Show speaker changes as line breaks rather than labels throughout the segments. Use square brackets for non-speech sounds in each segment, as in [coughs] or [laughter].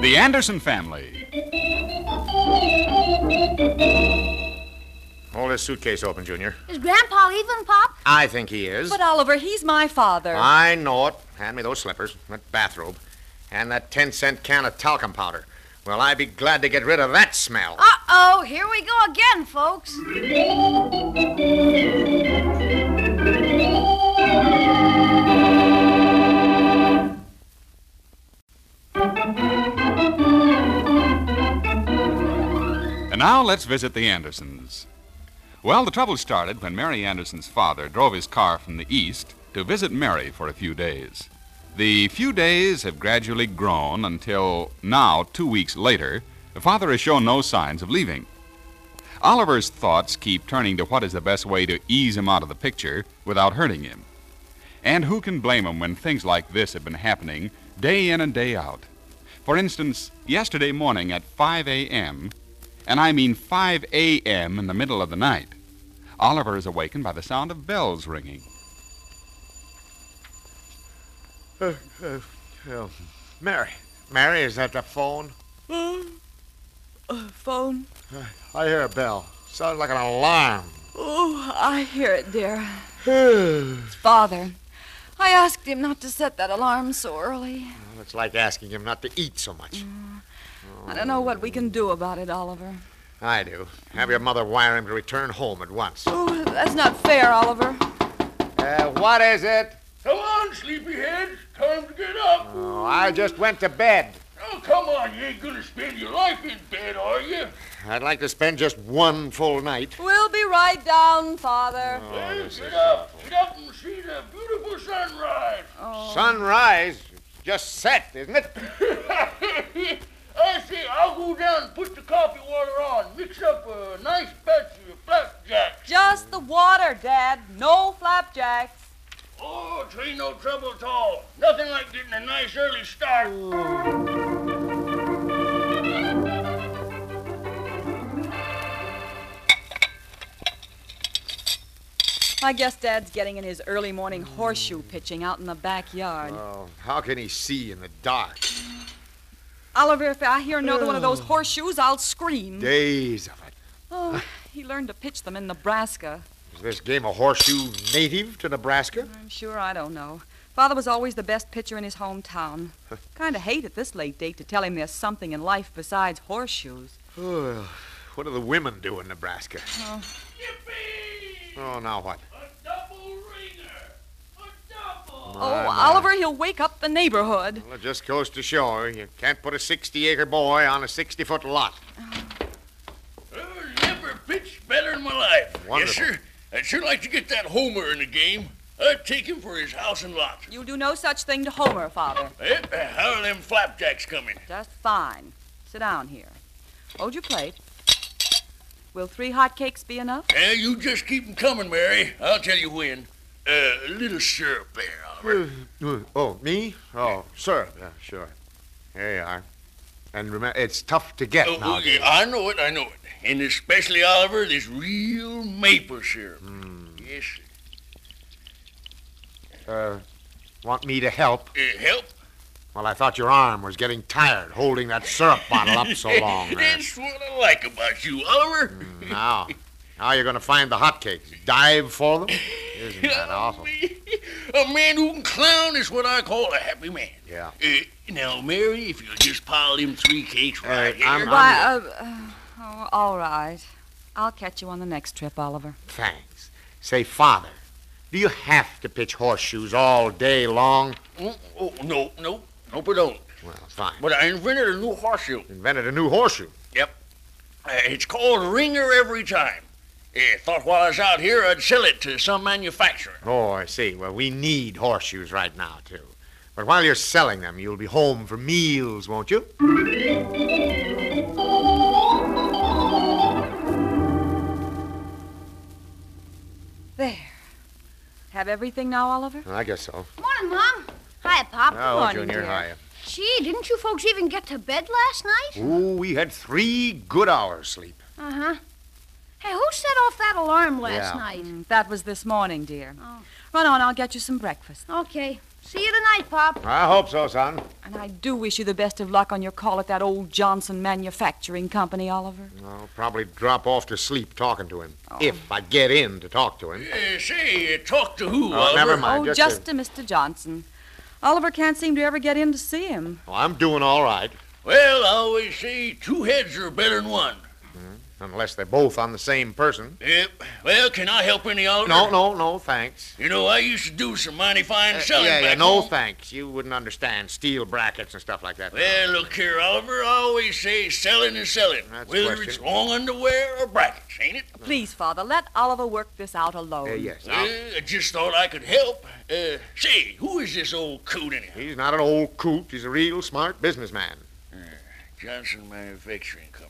The Anderson Family.
Hold this suitcase open, Junior.
Is Grandpa even, Pop?
I think he is.
But, Oliver, he's my father.
I know it. Hand me those slippers, that bathrobe, and that 10 cent can of talcum powder. Well, I'd be glad to get rid of that smell.
Uh oh, here we go again, folks.
And now let's visit the Andersons. Well, the trouble started when Mary Anderson's father drove his car from the east to visit Mary for a few days. The few days have gradually grown until now, two weeks later, the father has shown no signs of leaving. Oliver's thoughts keep turning to what is the best way to ease him out of the picture without hurting him. And who can blame him when things like this have been happening day in and day out? For instance, yesterday morning at 5 a.m., and I mean 5 a.m. in the middle of the night, Oliver is awakened by the sound of bells ringing.
Mary. Mary, is that the phone?
Uh, phone.
I hear a bell. Sounds like an alarm. [sighs]
Oh, I hear it, dear. It's father. I asked him not to set that alarm so early.
Well, it's like asking him not to eat so much.
I don't know what we can do about it, Oliver.
I do. Have your mother wire him to return home at once.
Oh, that's not fair, Oliver.
Uh, what is it?
Come on, sleepyhead. Time to get up.
Oh, I just went to bed.
Oh, come on. You ain't gonna spend your life in bed, are you?
I'd like to spend just one full night.
We'll be right down, father.
hey, Eh? get up. Get up and see the beautiful sunrise. [laughs]
Sunrise it's just set, isn't it?
I say, I'll go down and put the coffee water on. Mix up a nice batch of flapjacks.
Just the water, Dad. No flapjacks.
Oh, it ain't no trouble at all. Nothing like getting a nice early start.
I guess Dad's getting in his early morning horseshoe pitching out in the backyard.
Oh, how can he see in the dark?
Oliver, if I hear another one of those horseshoes, I'll scream.
Days of it.
Oh, he learned to pitch them in Nebraska.
Is this game of horseshoe native to Nebraska?
I'm sure I don't know. Father was always the best pitcher in his hometown. Kind of hate at this late date to tell him there's something in life besides horseshoes.
Oh, what do the women do in Nebraska?
Yippee!
Oh, now what?
A double ringer. A double.
oh, Oliver, he'll wake up the neighborhood.
Well, it just goes to show you can't put a 60 acre boy on a 60 foot lot.
Ever never pitched better in my life.
Wonderful.
Yes, sir. I'd sure like to get that homer in the game. I'd take him for his house and lot.
You'll do no such thing to Homer, Father.
Eh, how are them flapjacks coming?
Just fine. Sit down here. Hold your plate. Will three hot cakes be enough?
Eh, you just keep 'em coming, Mary. I'll tell you when. Uh, a little syrup
[laughs]
there, Oliver.
Oh, me? Oh, sir. Yeah, sure. Here you are. And remember, it's tough to get
Oh,
now.
okay, I know it, I know it. And especially, Oliver, this real maple syrup.
Hmm.
Yes, sir.
Uh, want me to help?
Eh, help.
Well, I thought your arm was getting tired holding that syrup bottle up so long. there.
That's what I like about you, Oliver.
Hmm. Now, now you're going to find the hotcakes. Dive for them?
[laughs]
Isn't that awful?
a man who can clown is what I call a happy man.
Yeah.
Eh, now, Mary, if you'll just pile them three cakes right here.
I'm-
Why, uh, uh, oh, all right. I'll catch you on the next trip, Oliver.
Thanks. Say, Father, do you have to pitch horseshoes all day long?
Mm, Oh, no, no, no, but don't.
Well, fine.
But I invented a new horseshoe.
Invented a new horseshoe.
Uh, it's called Ringer Every Time. Eh, thought while I was out here I'd sell it to some manufacturer.
Oh, I see. Well, we need horseshoes right now, too. But while you're selling them, you'll be home for meals, won't you?
There. Have everything now, Oliver?
I guess so.
Morning, Mom. Hi, Pop.
Oh,
morning,
Junior,
dear.
hiya.
Gee, didn't you folks even get to bed last night?
Ooh, we had three good hours sleep.
Uh huh. Hey, who set off that alarm last
Yeah.
night?
Mm, That was this morning, dear.
Oh.
Run on, I'll get you some breakfast.
Okay. See you tonight, Pop.
I hope so, son.
Uh, And I do wish you the best of luck on your call at that old Johnson Manufacturing Company, Oliver.
I'll probably drop off to sleep talking to him. If I get in to talk to him.
Uh, say, uh, talk to who?
Oh,
Oliver?
never mind.
oh,
just
just,
a-
to Mr. Johnson. Oliver can't seem to ever get in to see him.
Oh, I'm doing all right.
Well, I always say two heads are better than one.
Unless they're both on the same person.
Yep. Well, can I help any out?
No, no, no, thanks.
You know, I used to do some mighty fine
Uh,
selling
yeah, yeah,
back
no
home.
thanks. You wouldn't understand steel brackets and stuff like that. Uh,
Well, look here, Oliver. I always say selling is selling,
That's
whether
question.
it's long underwear or brackets, ain't it?
Please, Father, let Oliver work this out alone.
Uh, yes.
Well, I just thought I could help. Uh, say, who is this old coot anyhow?
He's not an old coot. He's a real smart businessman.
Johnson Manufacturing Company.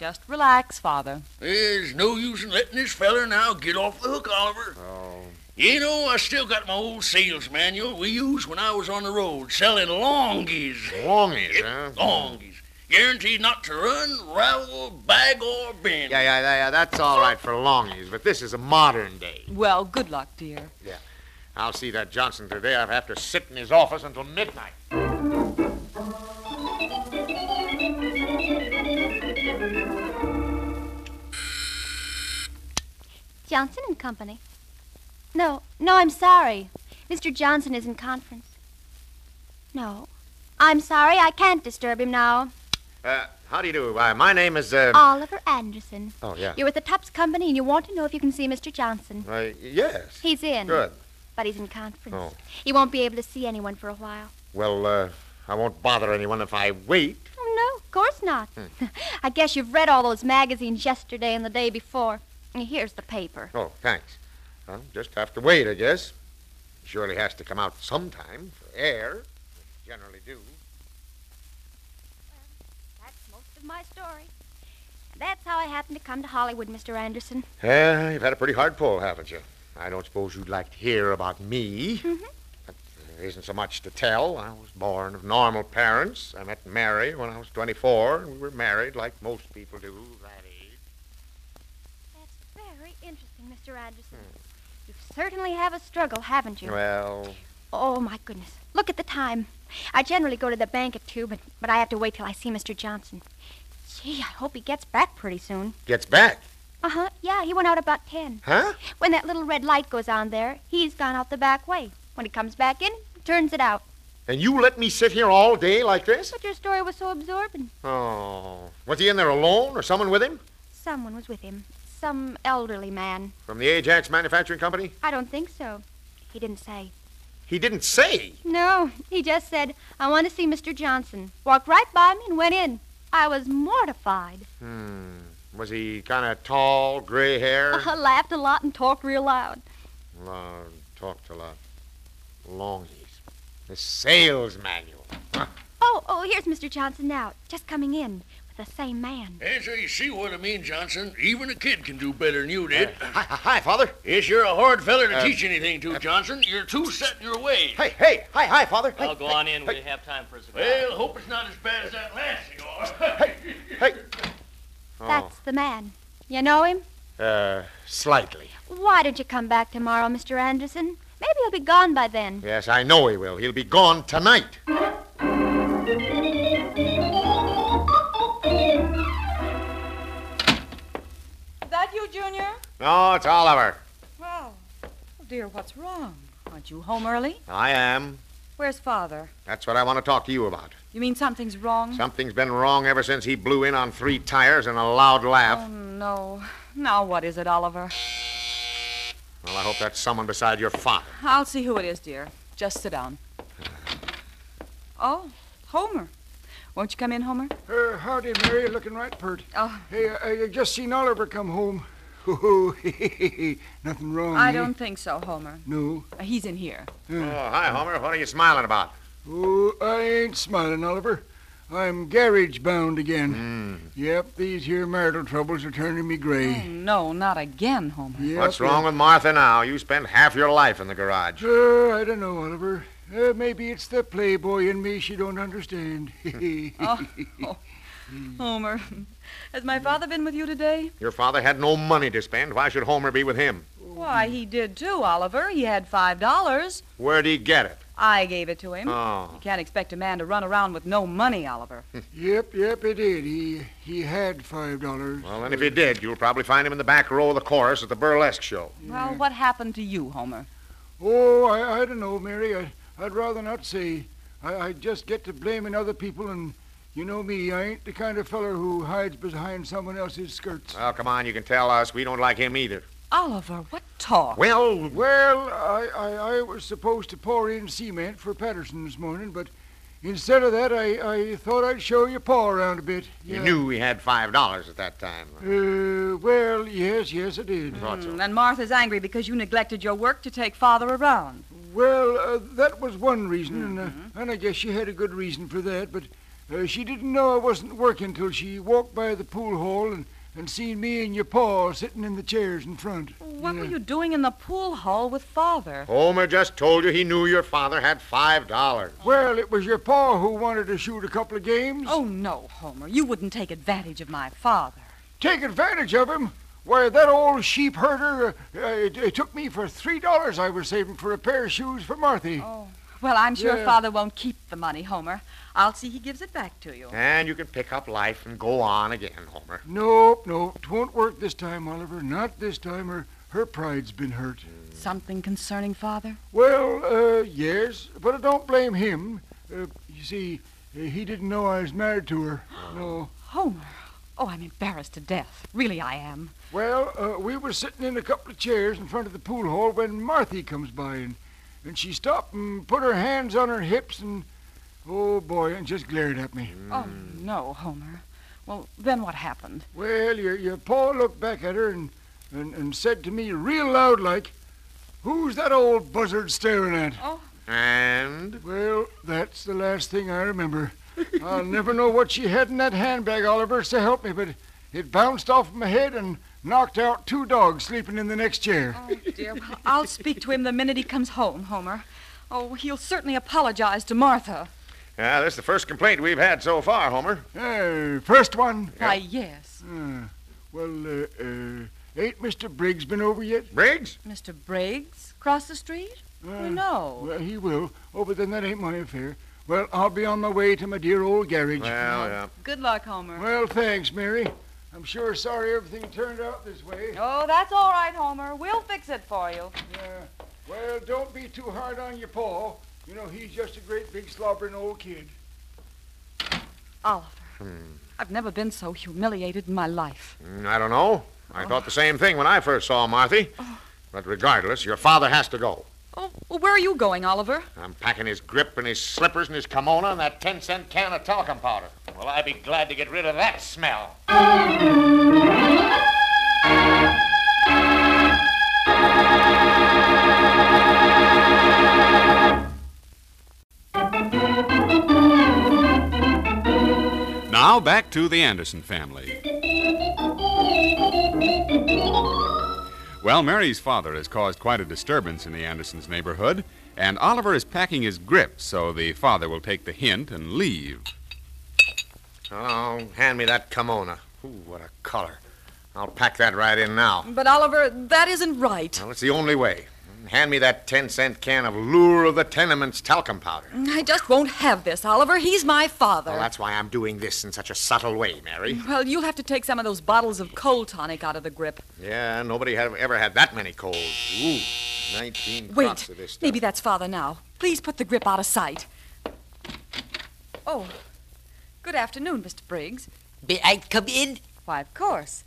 Just relax, Father.
There's no use in letting this feller now get off the hook, Oliver.
Oh.
You know, I still got my old sales manual we used when I was on the road selling longies.
Longies, huh?
Longies. Guaranteed not to run, ravel, bag, or bend.
Yeah, yeah, yeah, yeah, that's all right for longies, but this is a modern day.
Well, good luck, dear.
I'll see that Johnson today. I'll have to sit in his office until midnight.
Johnson and Company. No, no, I'm sorry. Mr. Johnson is in conference. No, I'm sorry. I can't disturb him now.
Uh, how do you do? Uh, my name is, uh...
Oliver Anderson.
oh, yeah.
You're with the Tupps Company, and you want to know if you can see Mr. Johnson.
Uh, yes.
He's in.
Good.
But he's in conference.
Oh.
He won't be able to see anyone for a while.
Well, uh, I won't bother anyone if I wait.
Oh, no, of course not. [laughs] I guess you've read all those magazines yesterday and the day before. Here's the paper.
Oh, thanks. Well, just have to wait, I guess. Surely has to come out sometime for air. Generally do.
That's most of my story. That's how I happened to come to Hollywood, Mr. Anderson.
Yeah, you've had a pretty hard pull, haven't you? I don't suppose you'd like to hear about me.
Mhm.
But uh, there isn't so much to tell. I was born of normal parents. I met Mary when I was 24, and we were married like most people do that age.
That's very interesting, Mr. Anderson. You certainly have a struggle, haven't you?
Well,
Oh, my goodness. Look at the time. I generally go to the bank at 2, but, but I have to wait till I see Mr. Johnson. Gee, I hope he gets back pretty soon.
gets back.
Uh huh. Yeah, he went out about 10.
Huh?
When that little red light goes on there, he's gone out the back way. When he comes back in, he turns it out.
And you let me sit here all day like this?
But your story was so absorbing.
Oh. Was he in there alone or someone with him?
Someone was with him. Some elderly man.
From the Ajax Manufacturing Company?
I don't think so. He didn't say.
He didn't say.
No, he just said, I want to see Mr. Johnson. Walked right by me and went in. I was mortified.
Hmm. Was he kind of tall, gray hair?
I laughed a lot and talked real loud.
Long, talked a lot. Longies. The sales manual.
Oh, oh, here's Mr. Johnson now, just coming in with the same man.
And so you see what I mean, Johnson. Even a kid can do better than you did.
Hi, hi, hi, Father.
yes, you're a hard feller to
uh,
teach anything to, Johnson. You're too set in your ways.
Hey, hey, hi, hi, Father. Hey,
Well, go on in. We have time for a cigar.
Well, hope it's not as bad as that last cigar. [laughs]
hey. Oh,
That's the man. You know him?
uh, slightly.
Why don't you come back tomorrow, Mr. Anderson? Maybe he'll be gone by then.
Yes, I know he will. He'll be gone tonight.
That you, Junior?
No, it's Oliver.
Well, oh, dear, what's wrong? Aren't you home early?
I am.
Where's Father?
That's what I want to talk to you about.
You mean something's wrong?
Something's been wrong ever since he blew in on three tires and a loud laugh.
Oh, no. Now what is it, Oliver?
Well, I hope that's someone beside your father.
I'll see who it is, dear. Just sit down. Oh, Homer. Won't you come in, Homer?
Uh, howdy, Mary. Looking right pert.
Oh.
Hey, I, I just seen Oliver come home. [laughs] Hoo-hoo. [laughs] Nothing wrong.
I
eh?
don't think so, Homer.
No.
Uh, He's in here.
Oh, hi, Homer. What are you smiling about?
Oh, I ain't smiling, Oliver. I'm garage bound again.
Hmm.
Yep, these here marital troubles are turning me
Oh,
gray.
no, not again, Homer.
[laughs] Yep,
What's wrong with Martha now? You spend half your life in the garage.
Uh, I don't know, Oliver. Uh, maybe it's the playboy in me she don't understand. [laughs]
Oh. Homer, has my father been with you today?
Your father had no money to spend. Why should Homer be with him?
Why, he did too, Oliver. He had five dollars.
Where'd he get it?
I gave it to him.
Oh.
You can't expect a man to run around with no money, Oliver.
Yep, yep, he did. He he had five dollars.
Well, and if he did, you'll probably find him in the back row of the chorus at the burlesque show.
Well, what happened to you, Homer?
Oh, I, I don't know, Mary. I, I'd rather not say. I, I just get to blaming other people, and you know me, I ain't the kind of feller who hides behind someone else's skirts.
Well, come on, you can tell us. We don't like him either.
Oliver, what talk?
Well,
Well, I, I, I was supposed to pour in cement for Patterson this morning, but instead of that, I, I thought I'd show your paw around a bit.
you
Yeah.
knew he had five dollars at that time.
Uh, well, yes, yes, I did.
Thought so.
Mm, and Martha's angry because you neglected your work to take Father around.
Well, uh, that was one reason, and,
Mm-hmm.
uh, and I guess she had a good reason for that, but uh, she didn't know I wasn't working till she walked by the pool hall and, and seen me and your paw sitting in the chairs in front.
What were
Yeah.
you doing in the pool hall with Father?
Homer just told you he knew your father had five dollars.
Well, it was your paw who wanted to shoot a couple of games.
Oh, no, Homer. You wouldn't take advantage of my father.
Take advantage of him? Why, that old sheep herder, uh, uh, it, it took me for $3 I was saving for a pair of shoes for Marthy.
Oh. Well, I'm sure
Yeah.
Father won't keep the money, Homer. I'll see he gives it back to you.
And you can pick up life and go on again, Homer.
Nope, nope, it won't work this time, Oliver. Not this time. Her, her pride's been hurt.
Something concerning Father?
Well, uh, yes, but I don't blame him. Uh, you see, uh, he didn't know I was married to her. No.
Homer. Oh, I'm embarrassed to death. Really, I am.
Well, uh, we were sitting in a couple of chairs in front of the pool hall when Marthy comes by, and, and she stopped and put her hands on her hips and, oh boy, and just glared at me.
Oh, no, Homer. Well, then what happened?
Well, your, your pa looked back at her and, and, and said to me real loud like, Who's that old buzzard staring at?
And
Well, that's the last thing I remember. I'll never know what she had in that handbag, Oliver, so help me, but it bounced off my head and knocked out two dogs sleeping in the next chair.
Oh, dear. Well, [laughs] I'll speak to him the minute he comes home, Homer. Oh, he'll certainly apologize to Martha.
yeah, this is the first complaint we've had so far, Homer.
Hey, first one.
Why, yes.
Uh, well, uh, uh, ain't Mr. Briggs been over yet?
Briggs?
Mr. Briggs, cross the street?
Uh,
no.
Well, he will. Oh, but then that ain't my affair. Well, I'll be on my way to my dear old garage.
Well, yeah.
Good luck, Homer.
Well, thanks, Mary. I'm sure sorry everything turned out this way.
Oh, that's all right, Homer. We'll fix it for you.
Yeah. Well, don't be too hard on your paw. You know, he's just a great big slobbering old kid.
Oliver. I've never been so humiliated in my life.
Mm, I don't know. I thought the same thing when I first saw Marthy. But regardless, your father has to go.
Oh, well, where are you going, Oliver?
I'm packing his grip and his slippers and his kimono and that 10 cent can of talcum powder. Well, I'd be glad to get rid of that smell.
Now back to the Anderson family. Well, Mary's father has caused quite a disturbance in the Andersons' neighborhood, and Oliver is packing his grip so the father will take the hint and leave.
Oh, hand me that kimono. Ooh, what a color. I'll pack that right in now.
But, Oliver, that isn't right.
Well, it's the only way. Hand me that 10 cent can of Lure of the Tenements talcum powder.
I just won't have this, Oliver. He's my father.
Well, that's why I'm doing this in such a subtle way, [laughs] Mary.
Well, you'll have to take some of those bottles of cold tonic out of the grip.
Yeah, nobody had ever had that many colds. Ooh, 19
Wait,
drops of this stuff.
maybe that's father now. Please put the grip out of sight. Oh, good afternoon, Mr. Briggs.
May I come in?
Why, of course.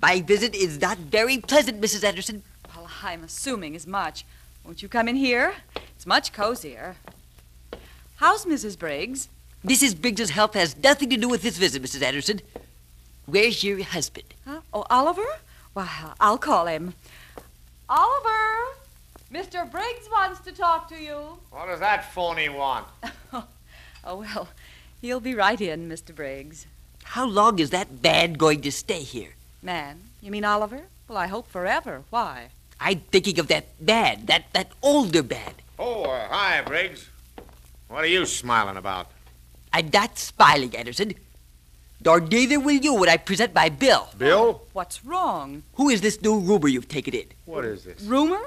My visit is not very pleasant, Mrs. Anderson.
Well, I'm assuming as much. Won't you come in here? It's much cozier. How's Mrs. Briggs?
Mrs. Briggs's health has nothing to do with this visit, Mrs. Anderson. Where's your husband?
Huh? Oh, Oliver? Well, I'll call him. Oliver! Mr. Briggs wants to talk to you.
What does that phony want?
Oh, well, he'll be right in, Mr. Briggs.
How long is that man going to stay here?
Man, you mean Oliver? Well, I hope forever. Why?
I'm thinking of that man, that, that older man.
Oh, uh, hi, Briggs. What are you smiling about?
I'm not smiling, Anderson. Nor neither will you when I present my bill.
Bill?
What's wrong?
Who is this new rumor you've taken in?
What is this?
Rumor?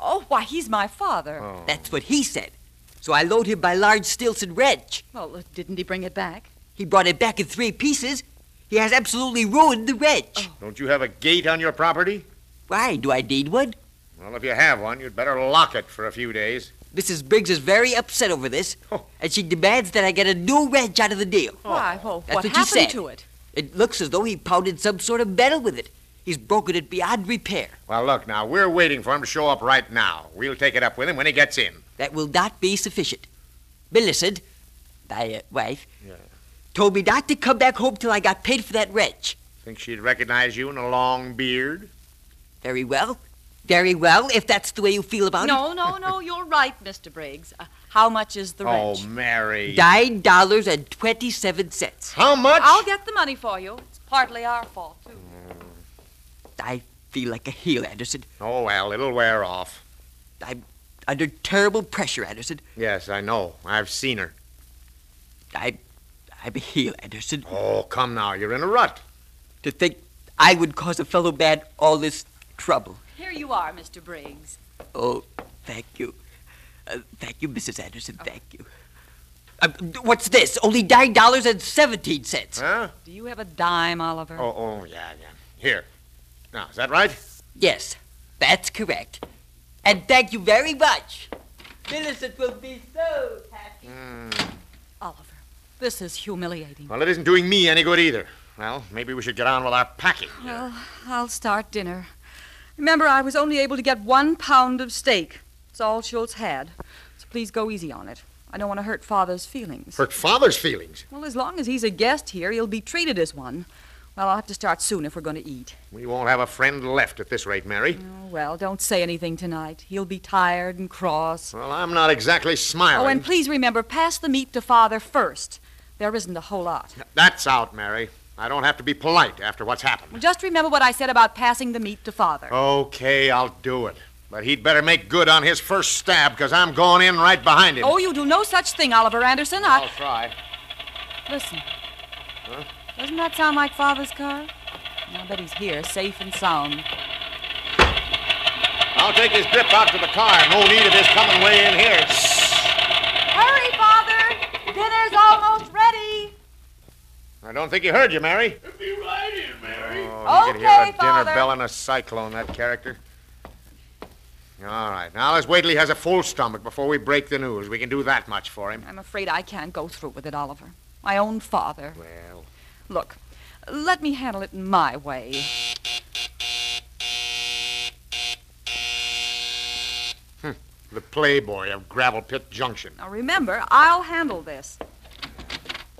Oh, why, he's my father.
That's what he said. So I load him by large stilts and wrench.
Well, uh, didn't he bring it back?
He brought it back in three pieces. He has absolutely ruined the wrench.
Don't you have a gate on your property?
Why do I need one?
Well, if you have one, you'd better lock it for a few days.
Mrs. Briggs is very upset over this,
Oh.
and she demands that I get a new wrench out of the deal.
Why, well,
Oh. That's
what
what he
happened
said.
to it?
It looks as though he pounded some sort of metal with it. He's broken it beyond repair.
Well, look, now, we're waiting for him to show up right now. We'll take it up with him when he gets in.
That will not be sufficient. Millicent, my uh, wife, told me not to come back home till I got paid for that wrench.
Think she'd recognize you in a long beard?
Very well. Very well, if that's the way you feel about
No, no, no, you're right, Mr. Briggs. Uh, how much is the
Oh,
wrench?
Mary.
it. Nine dollars and twenty-seven cents.
How much?
I'll get the money for you. It's partly our fault, too.
I feel like a heel, Anderson.
Oh, well, it'll wear off.
Under terrible pressure, Anderson.
Yes, I know. I've seen her.
I, I'm a heel, Anderson.
Oh, come now. You're in a rut.
To think I would cause a fellow man all this trouble.
Here you are, Mr. Briggs.
Oh, thank you. Uh, thank you, Mrs. Anderson. Thank you. Uh, what's this? Only nine dollars and seventeen cents.
Huh?
Do you have a dime, Oliver?
Oh, oh, yeah, yeah. Here. Now, is that right?
Yes, that's correct. And thank you very much. Millicent will be so happy.
Oliver, this is humiliating.
Well, it isn't doing me any good either. Well, maybe we should get on with our packing.
I'll start dinner. Remember, I was only able to get one pound of steak. It's all Schultz had. So please go easy on it. I don't want to hurt Father's feelings.
Hurt father's feelings.
Well, as long as he's a guest here, he'll be treated as one. Well, I'll have to start soon if we're going to eat.
We won't have a friend left at this rate, Mary.
Oh, well, don't say anything tonight. He'll be tired and cross.
Well, I'm not exactly smiling.
Oh, and please remember, pass the meat to Father first. There isn't a whole lot.
That's out, Mary. I don't have to be polite after what's happened.
Just remember what I said about passing the meat to Father.
Okay, I'll do it. But he'd better make good on his first stab, because I'm going in right behind him.
Oh, you do no such thing, Oliver Anderson. I...
I'll try.
Listen. Doesn't that sound like Father's car? I bet he's here, safe and sound.
I'll take his grip out to the car. No need of his coming way in here.
Hurry, Father! Dinner's almost ready!
I don't think he heard you, Mary.
Be right in, Mary.
Oh, you could hear a
Okay,
dinner
Father.
bell and a cyclone, that character. All right. Now let's wait till he has a full stomach before we break the news. We can do that much for him.
I'm afraid I can't go through with it, Oliver. My own father.
Well,
Look, let me handle it my way.
the playboy of Gravel Pit Junction.
Now remember, I'll handle this.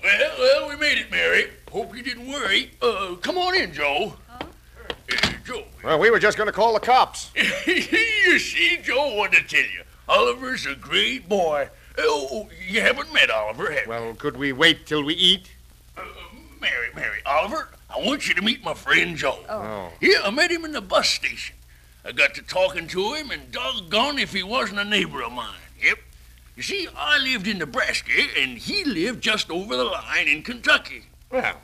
Well, well, we made it, Mary. Hope you didn't worry. Uh, come on in, Joe. Uh, Joe. [laughs]
Well, we were just going to call the cops.
you see, Joe wanted to tell you. Oliver's a great boy. Oh, you haven't met Oliver, have you?
Well, could we wait till we eat?
Uh, Mary, Mary, Oliver, I want you to meet my friend Joe.
Oh.
Yeah, I met him in the bus station. I got to talking to him, and doggone if he wasn't a neighbor of mine. Yep. You see, I lived in Nebraska, and he lived just over the line in Kentucky.
Well,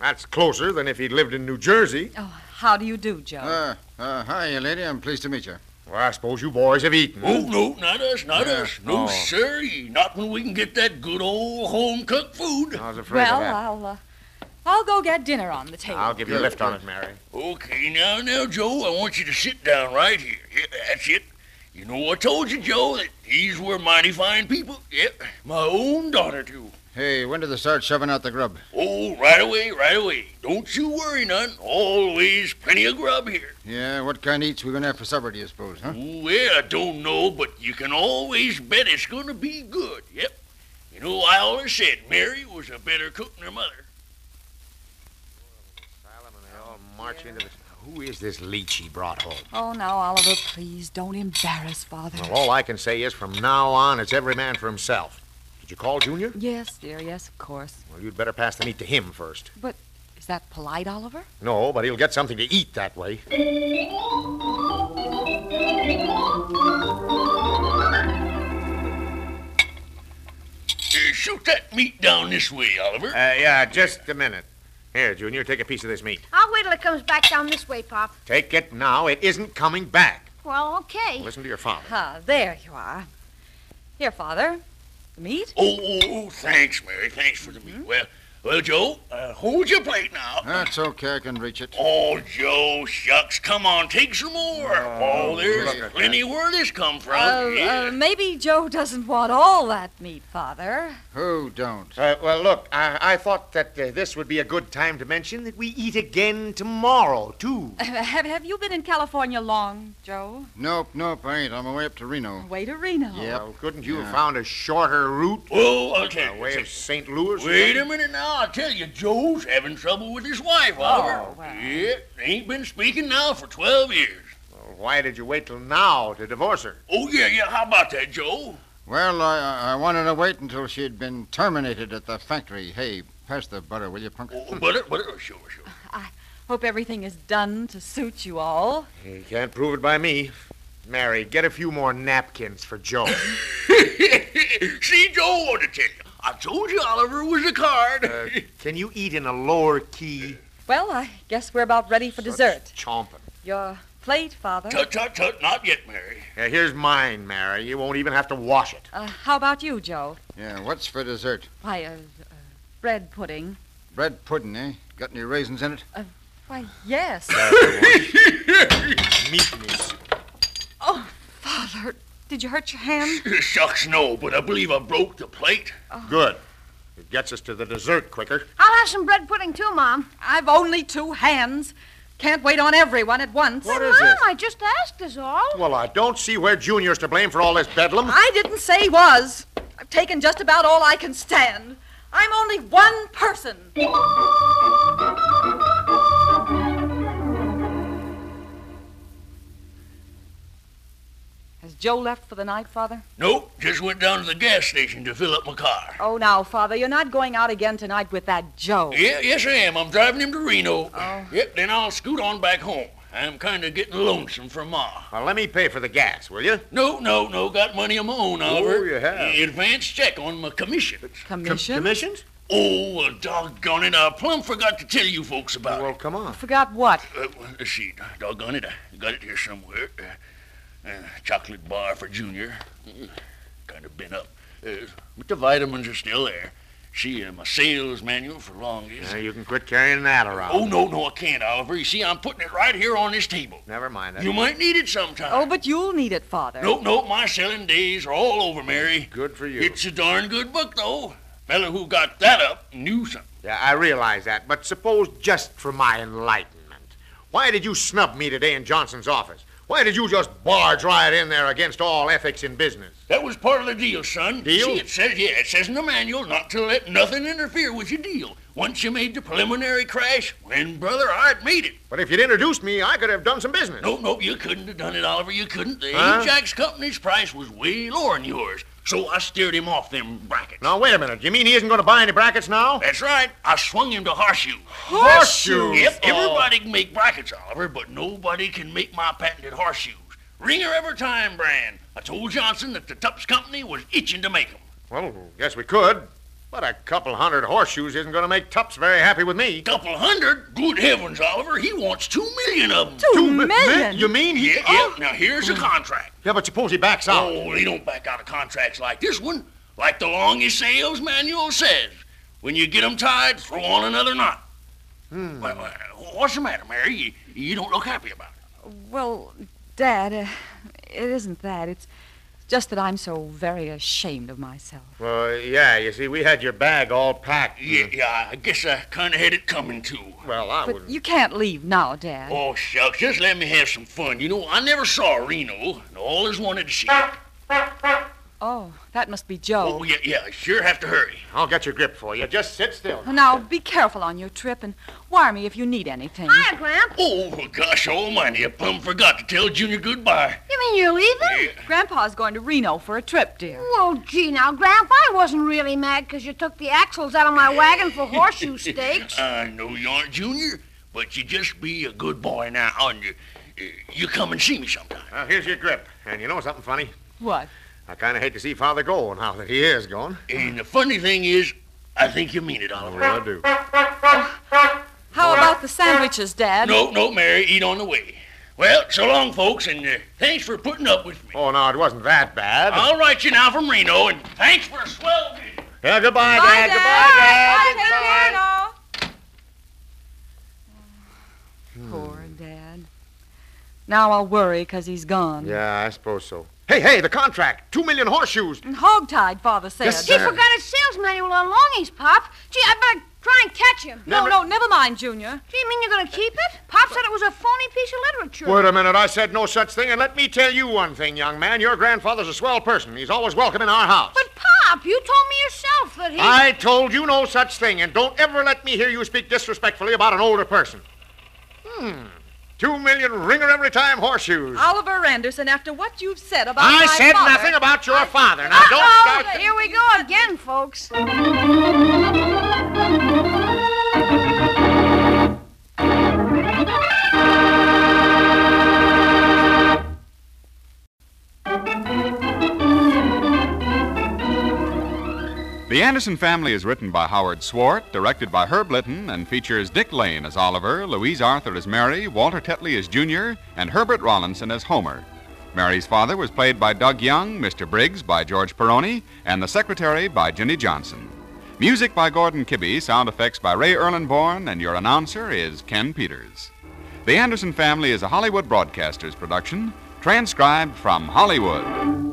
that's closer than if he'd lived in New Jersey.
Oh, how do you do, Joe?
Uh, uh, hi, lady. I'm pleased to meet you.
Well, I suppose you boys have eaten.
Oh, no, not us, not us. No,
Oh.
no.
sirree. Not when we can get that good old home-cooked food.
I was afraid
well,
of that.
I'll, uh, I'll go get dinner on the table.
I'll give you a lift on it, Mary.
Okay, now, now, Joe, I want you to sit down right here. Yeah, that's it. You know, I told you, Joe, that these were mighty fine people. Yep, my own daughter, too.
Hey, when do they start shoving out the grub?
Oh, right away, right away. Don't you worry none. Always plenty of grub here.
Yeah, what kind of eats we gonna have for supper, do you suppose, huh?
Ooh, well, I don't know, but you can always bet it's going to be good. Yep. You know, I always said Mary was a better cook than her mother.
Who is this leech he brought home?
Oh, now, Oliver, please don't embarrass Father.
Well, all I can say is from now on, it's every man for himself. Did you call Junior?
Yes, dear, yes, of course.
Well, you'd better pass the meat to him first.
Is that polite, Oliver?
No, but he'll get something to eat that way.
Uh, shoot that meat down this way, Oliver.
Uh, yeah, just a minute. Here, Junior, take a piece of this meat.
I'll wait till it comes back down this way, Pop.
Take it now. It isn't coming back.
we're all okay.
Listen to your father.
Ah, there you are. Here, Father. The meat?
Oh, oh, oh, thanks, Mary. Thanks for the
Mm-hmm.
meat. Well, well, Joe, uh, hold your plate now.
That's okay. I can reach it.
Oh, Joe, shucks, come on, take some more. Oh,
look
there's
at Oh,
plenty where this come from.
Uh,
yeah.
uh, maybe Joe doesn't want all that meat, Father.
Who don't?
Uh, well, look, I, I thought that uh, this would be a good time to mention that we eat again tomorrow, too.
[laughs] have, have you been in California long, Joe?
Nope, nope, I ain't. I'm away up to Reno.
Way to Reno.
Yep.
Well, couldn't you have found a shorter route?
oh, I'll tell
A
you.
way
tell
of St. Louis?
you. Wait a minute now, I'll tell you, Joe's having trouble with his wife, Oliver.
well.
Yeah, ain't been speaking now for 12 years.
Well, why did you wait till now to divorce her?
Oh, yeah, yeah, how about that, Joe?
Well, I- I, I wanted to wait until she'd been terminated at the factory. Hey, pass the butter, will you, Punk?
Oh, butter, butter, sure, sure. [laughs]
Hope everything is done to suit you all.
You can't prove it by me. Mary, get a few more napkins for [coughs] Joe.
See, Joe ought to tell you. I told you Oliver was a card.
Can you eat in a lower key?
Well, I guess we're about ready for dessert.
Such chomping.
Your plate, Father.
[laughs] tut, tut, tut, not yet, Mary.
Yeah, here's mine, Mary. You won't even have to wash it.
Uh, how about you, Joe?
Yeah, what's for dessert?
Why, uh, uh, bread pudding.
Bread pudding, eh? Got any raisins in it?
Why, yes. [laughs]
Meekness.
Oh, Father, did you hurt your hand?
Shucks, no, but I believe I broke the plate.
Good. It gets us to the dessert quicker.
I'll have some bread pudding too, Mom.
I've only two hands. Can't wait on everyone at once.
What
Mom,
is this?
I just asked is all.
Well, I don't see where Junior's to blame for all this [laughs] bedlam.
I didn't say was. I've taken just about all I can stand. I'm only one person. Has Joe left for the night, Father?
Nope, just went down to the gas station to fill up my car.
Oh, now, Father, you're not going out again tonight with that Joe.
Yeah, yes, I am. I'm driving him to Reno.
Oh.
Yep, then I'll scoot on back home. I'm kind of getting lonesome for Ma.
Well, let me pay for the gas, will you?
No, no, no, got money of my own, Oliver.
Oh, you have.
Advance check on my commission.
Commission?
Commissions?
Oh, well, doggone it, I plumb forgot to tell you folks about
Well, come on.
Forgot what?
it. Uh, let's see, doggone it, I got it here somewhere. Uh, uh, chocolate bar for Junior. kind of been up. Uh, but the vitamins are still there. See, uh, my sales manual for longest.
Now, you can quit carrying that around.
Oh, no, no, I can't, Oliver. You see, I'm putting it right here on this table.
Never mind that.
You might need it sometime.
Oh, but you'll need it, Father.
Nope, nope, my selling days are all over, Mary.
Good for you.
It's a darn good book, though. Fella who got that up knew something.
Yeah, I realize that, but suppose just for my enlightenment. Why did you snub me today in Johnson's office? Why did you just barge right in there against all ethics in business?
That was part of the deal, son.
Deal?
See, it says, yeah, it says in the manual not to let nothing interfere with your deal. Once you made the preliminary crash, then, brother, I'd made it.
But if you'd introduced me, I could have done some business.
Nope, nope, you couldn't have done it, Oliver. You couldn't. The
Huh?
Ajax Company's price was way lower than yours, so I steered him off them brackets.
Now, wait a minute. You mean he isn't going to buy any brackets now?
That's right. I swung him to horseshoe.
Horseshoes?
Yep,
Oh.
everybody can make brackets, Oliver, but nobody can make my patented horseshoes. Ringer every time brand. I told Johnson that the Tupps Company was itching to make 'em.
Oh, Well, yes, we could. But a couple hundred horseshoes isn't going to make Tups very happy with me.
A couple hundred? Good heavens, Oliver, he wants two million of 'em.
Two
mi- mi-
million?
You mean he?
Yeah,
Oh,
yeah. Now, here's a contract.
yeah, but suppose he backs out.
Oh, they don't back out of contracts like this one. Like the longest sales manual says. When you get 'em tied, throw on another knot. Well, uh, what's the matter, Mary? You, you don't look happy about it.
Well, Dad, uh, it isn't that. It's just that I'm so very ashamed of myself.
Well, yeah, you see, we had your bag all packed.
Yeah, yeah, I guess I kind of had it coming too.
Well, I
But
wouldn't.
you can't leave now, Dad.
Oh, shucks, just let me have some fun. You know, I never saw Reno, and always wanted to see. it.
Oh, that must be Joe.
Oh, yeah, yeah, I sure have to hurry.
I'll get your grip for you. Just sit still.
Now, be careful on your trip and wire me if you need anything.
Hiya, Gramp.
Oh, gosh almighty, I plumb forgot to tell Junior goodbye.
You mean you're leaving?
Grandpa's going to Reno for a trip, dear.
Well, gee, now, Gramp, I wasn't really mad because you took the axles out of my wagon for horseshoe steaks.
I know you aren't, uh, Junior, but you just be a good boy now, and you, you come and see me sometime.
Now, here's your grip. And you know something funny?
What?
I kind of hate to see Father go now that he is gone.
And the funny thing is, I think you mean it, Oliver.
Well, Oh, I do.
How about the sandwiches, Dad?
No, no, Mary, eat on the way. Well, so long, folks, and uh, thanks for putting up with me.
Oh, no, it wasn't that bad.
I'll write you now from Reno, and thanks for a swell dinner.
Yeah, goodbye, Dad. Goodbye, Dad. Goodbye.
[sighs] Poor Dad. Now I'll worry because he's gone.
Yeah, I suppose so. Hey, hey, the contract. Two million horseshoes.
And hogtied, Father said.
Yes,
He
sir.
forgot his sales manual on Longies, Pop. Gee, I better try and catch him.
No, no, never mind, Junior.
Gee, you mean you're going to keep it? Pop said it was a phony piece of literature.
Wait a minute. I said no such thing, and let me tell you one thing, young man. Your grandfather's a swell person. He's always welcome in our house.
But, Pop, you told me yourself that he...
I told you no such thing, and don't ever let me hear you speak disrespectfully about an older person. Hmm. Two million ringer every time horseshoes.
Oliver Anderson, after what you've said about
I
my Oh,
said
father-
nothing about your father.
[laughs]
Now, don't
Uh-oh,
start.
here we go again, folks.
The Anderson Family is written by Howard Swart, directed by Herb Litton, and features Dick Lane as Oliver, Louise Arthur as Mary, Walter Tetley as Junior, and Herbert Rollinson as Homer. Mary's father was played by Doug Young, Mr. Briggs by George Peroni, and the secretary by Jenny Johnson. Music by Gordon Kibbe, sound effects by Ray Erlenborn, and your announcer is Ken Peters. The Anderson Family is a Hollywood Broadcasters production, transcribed from Hollywood.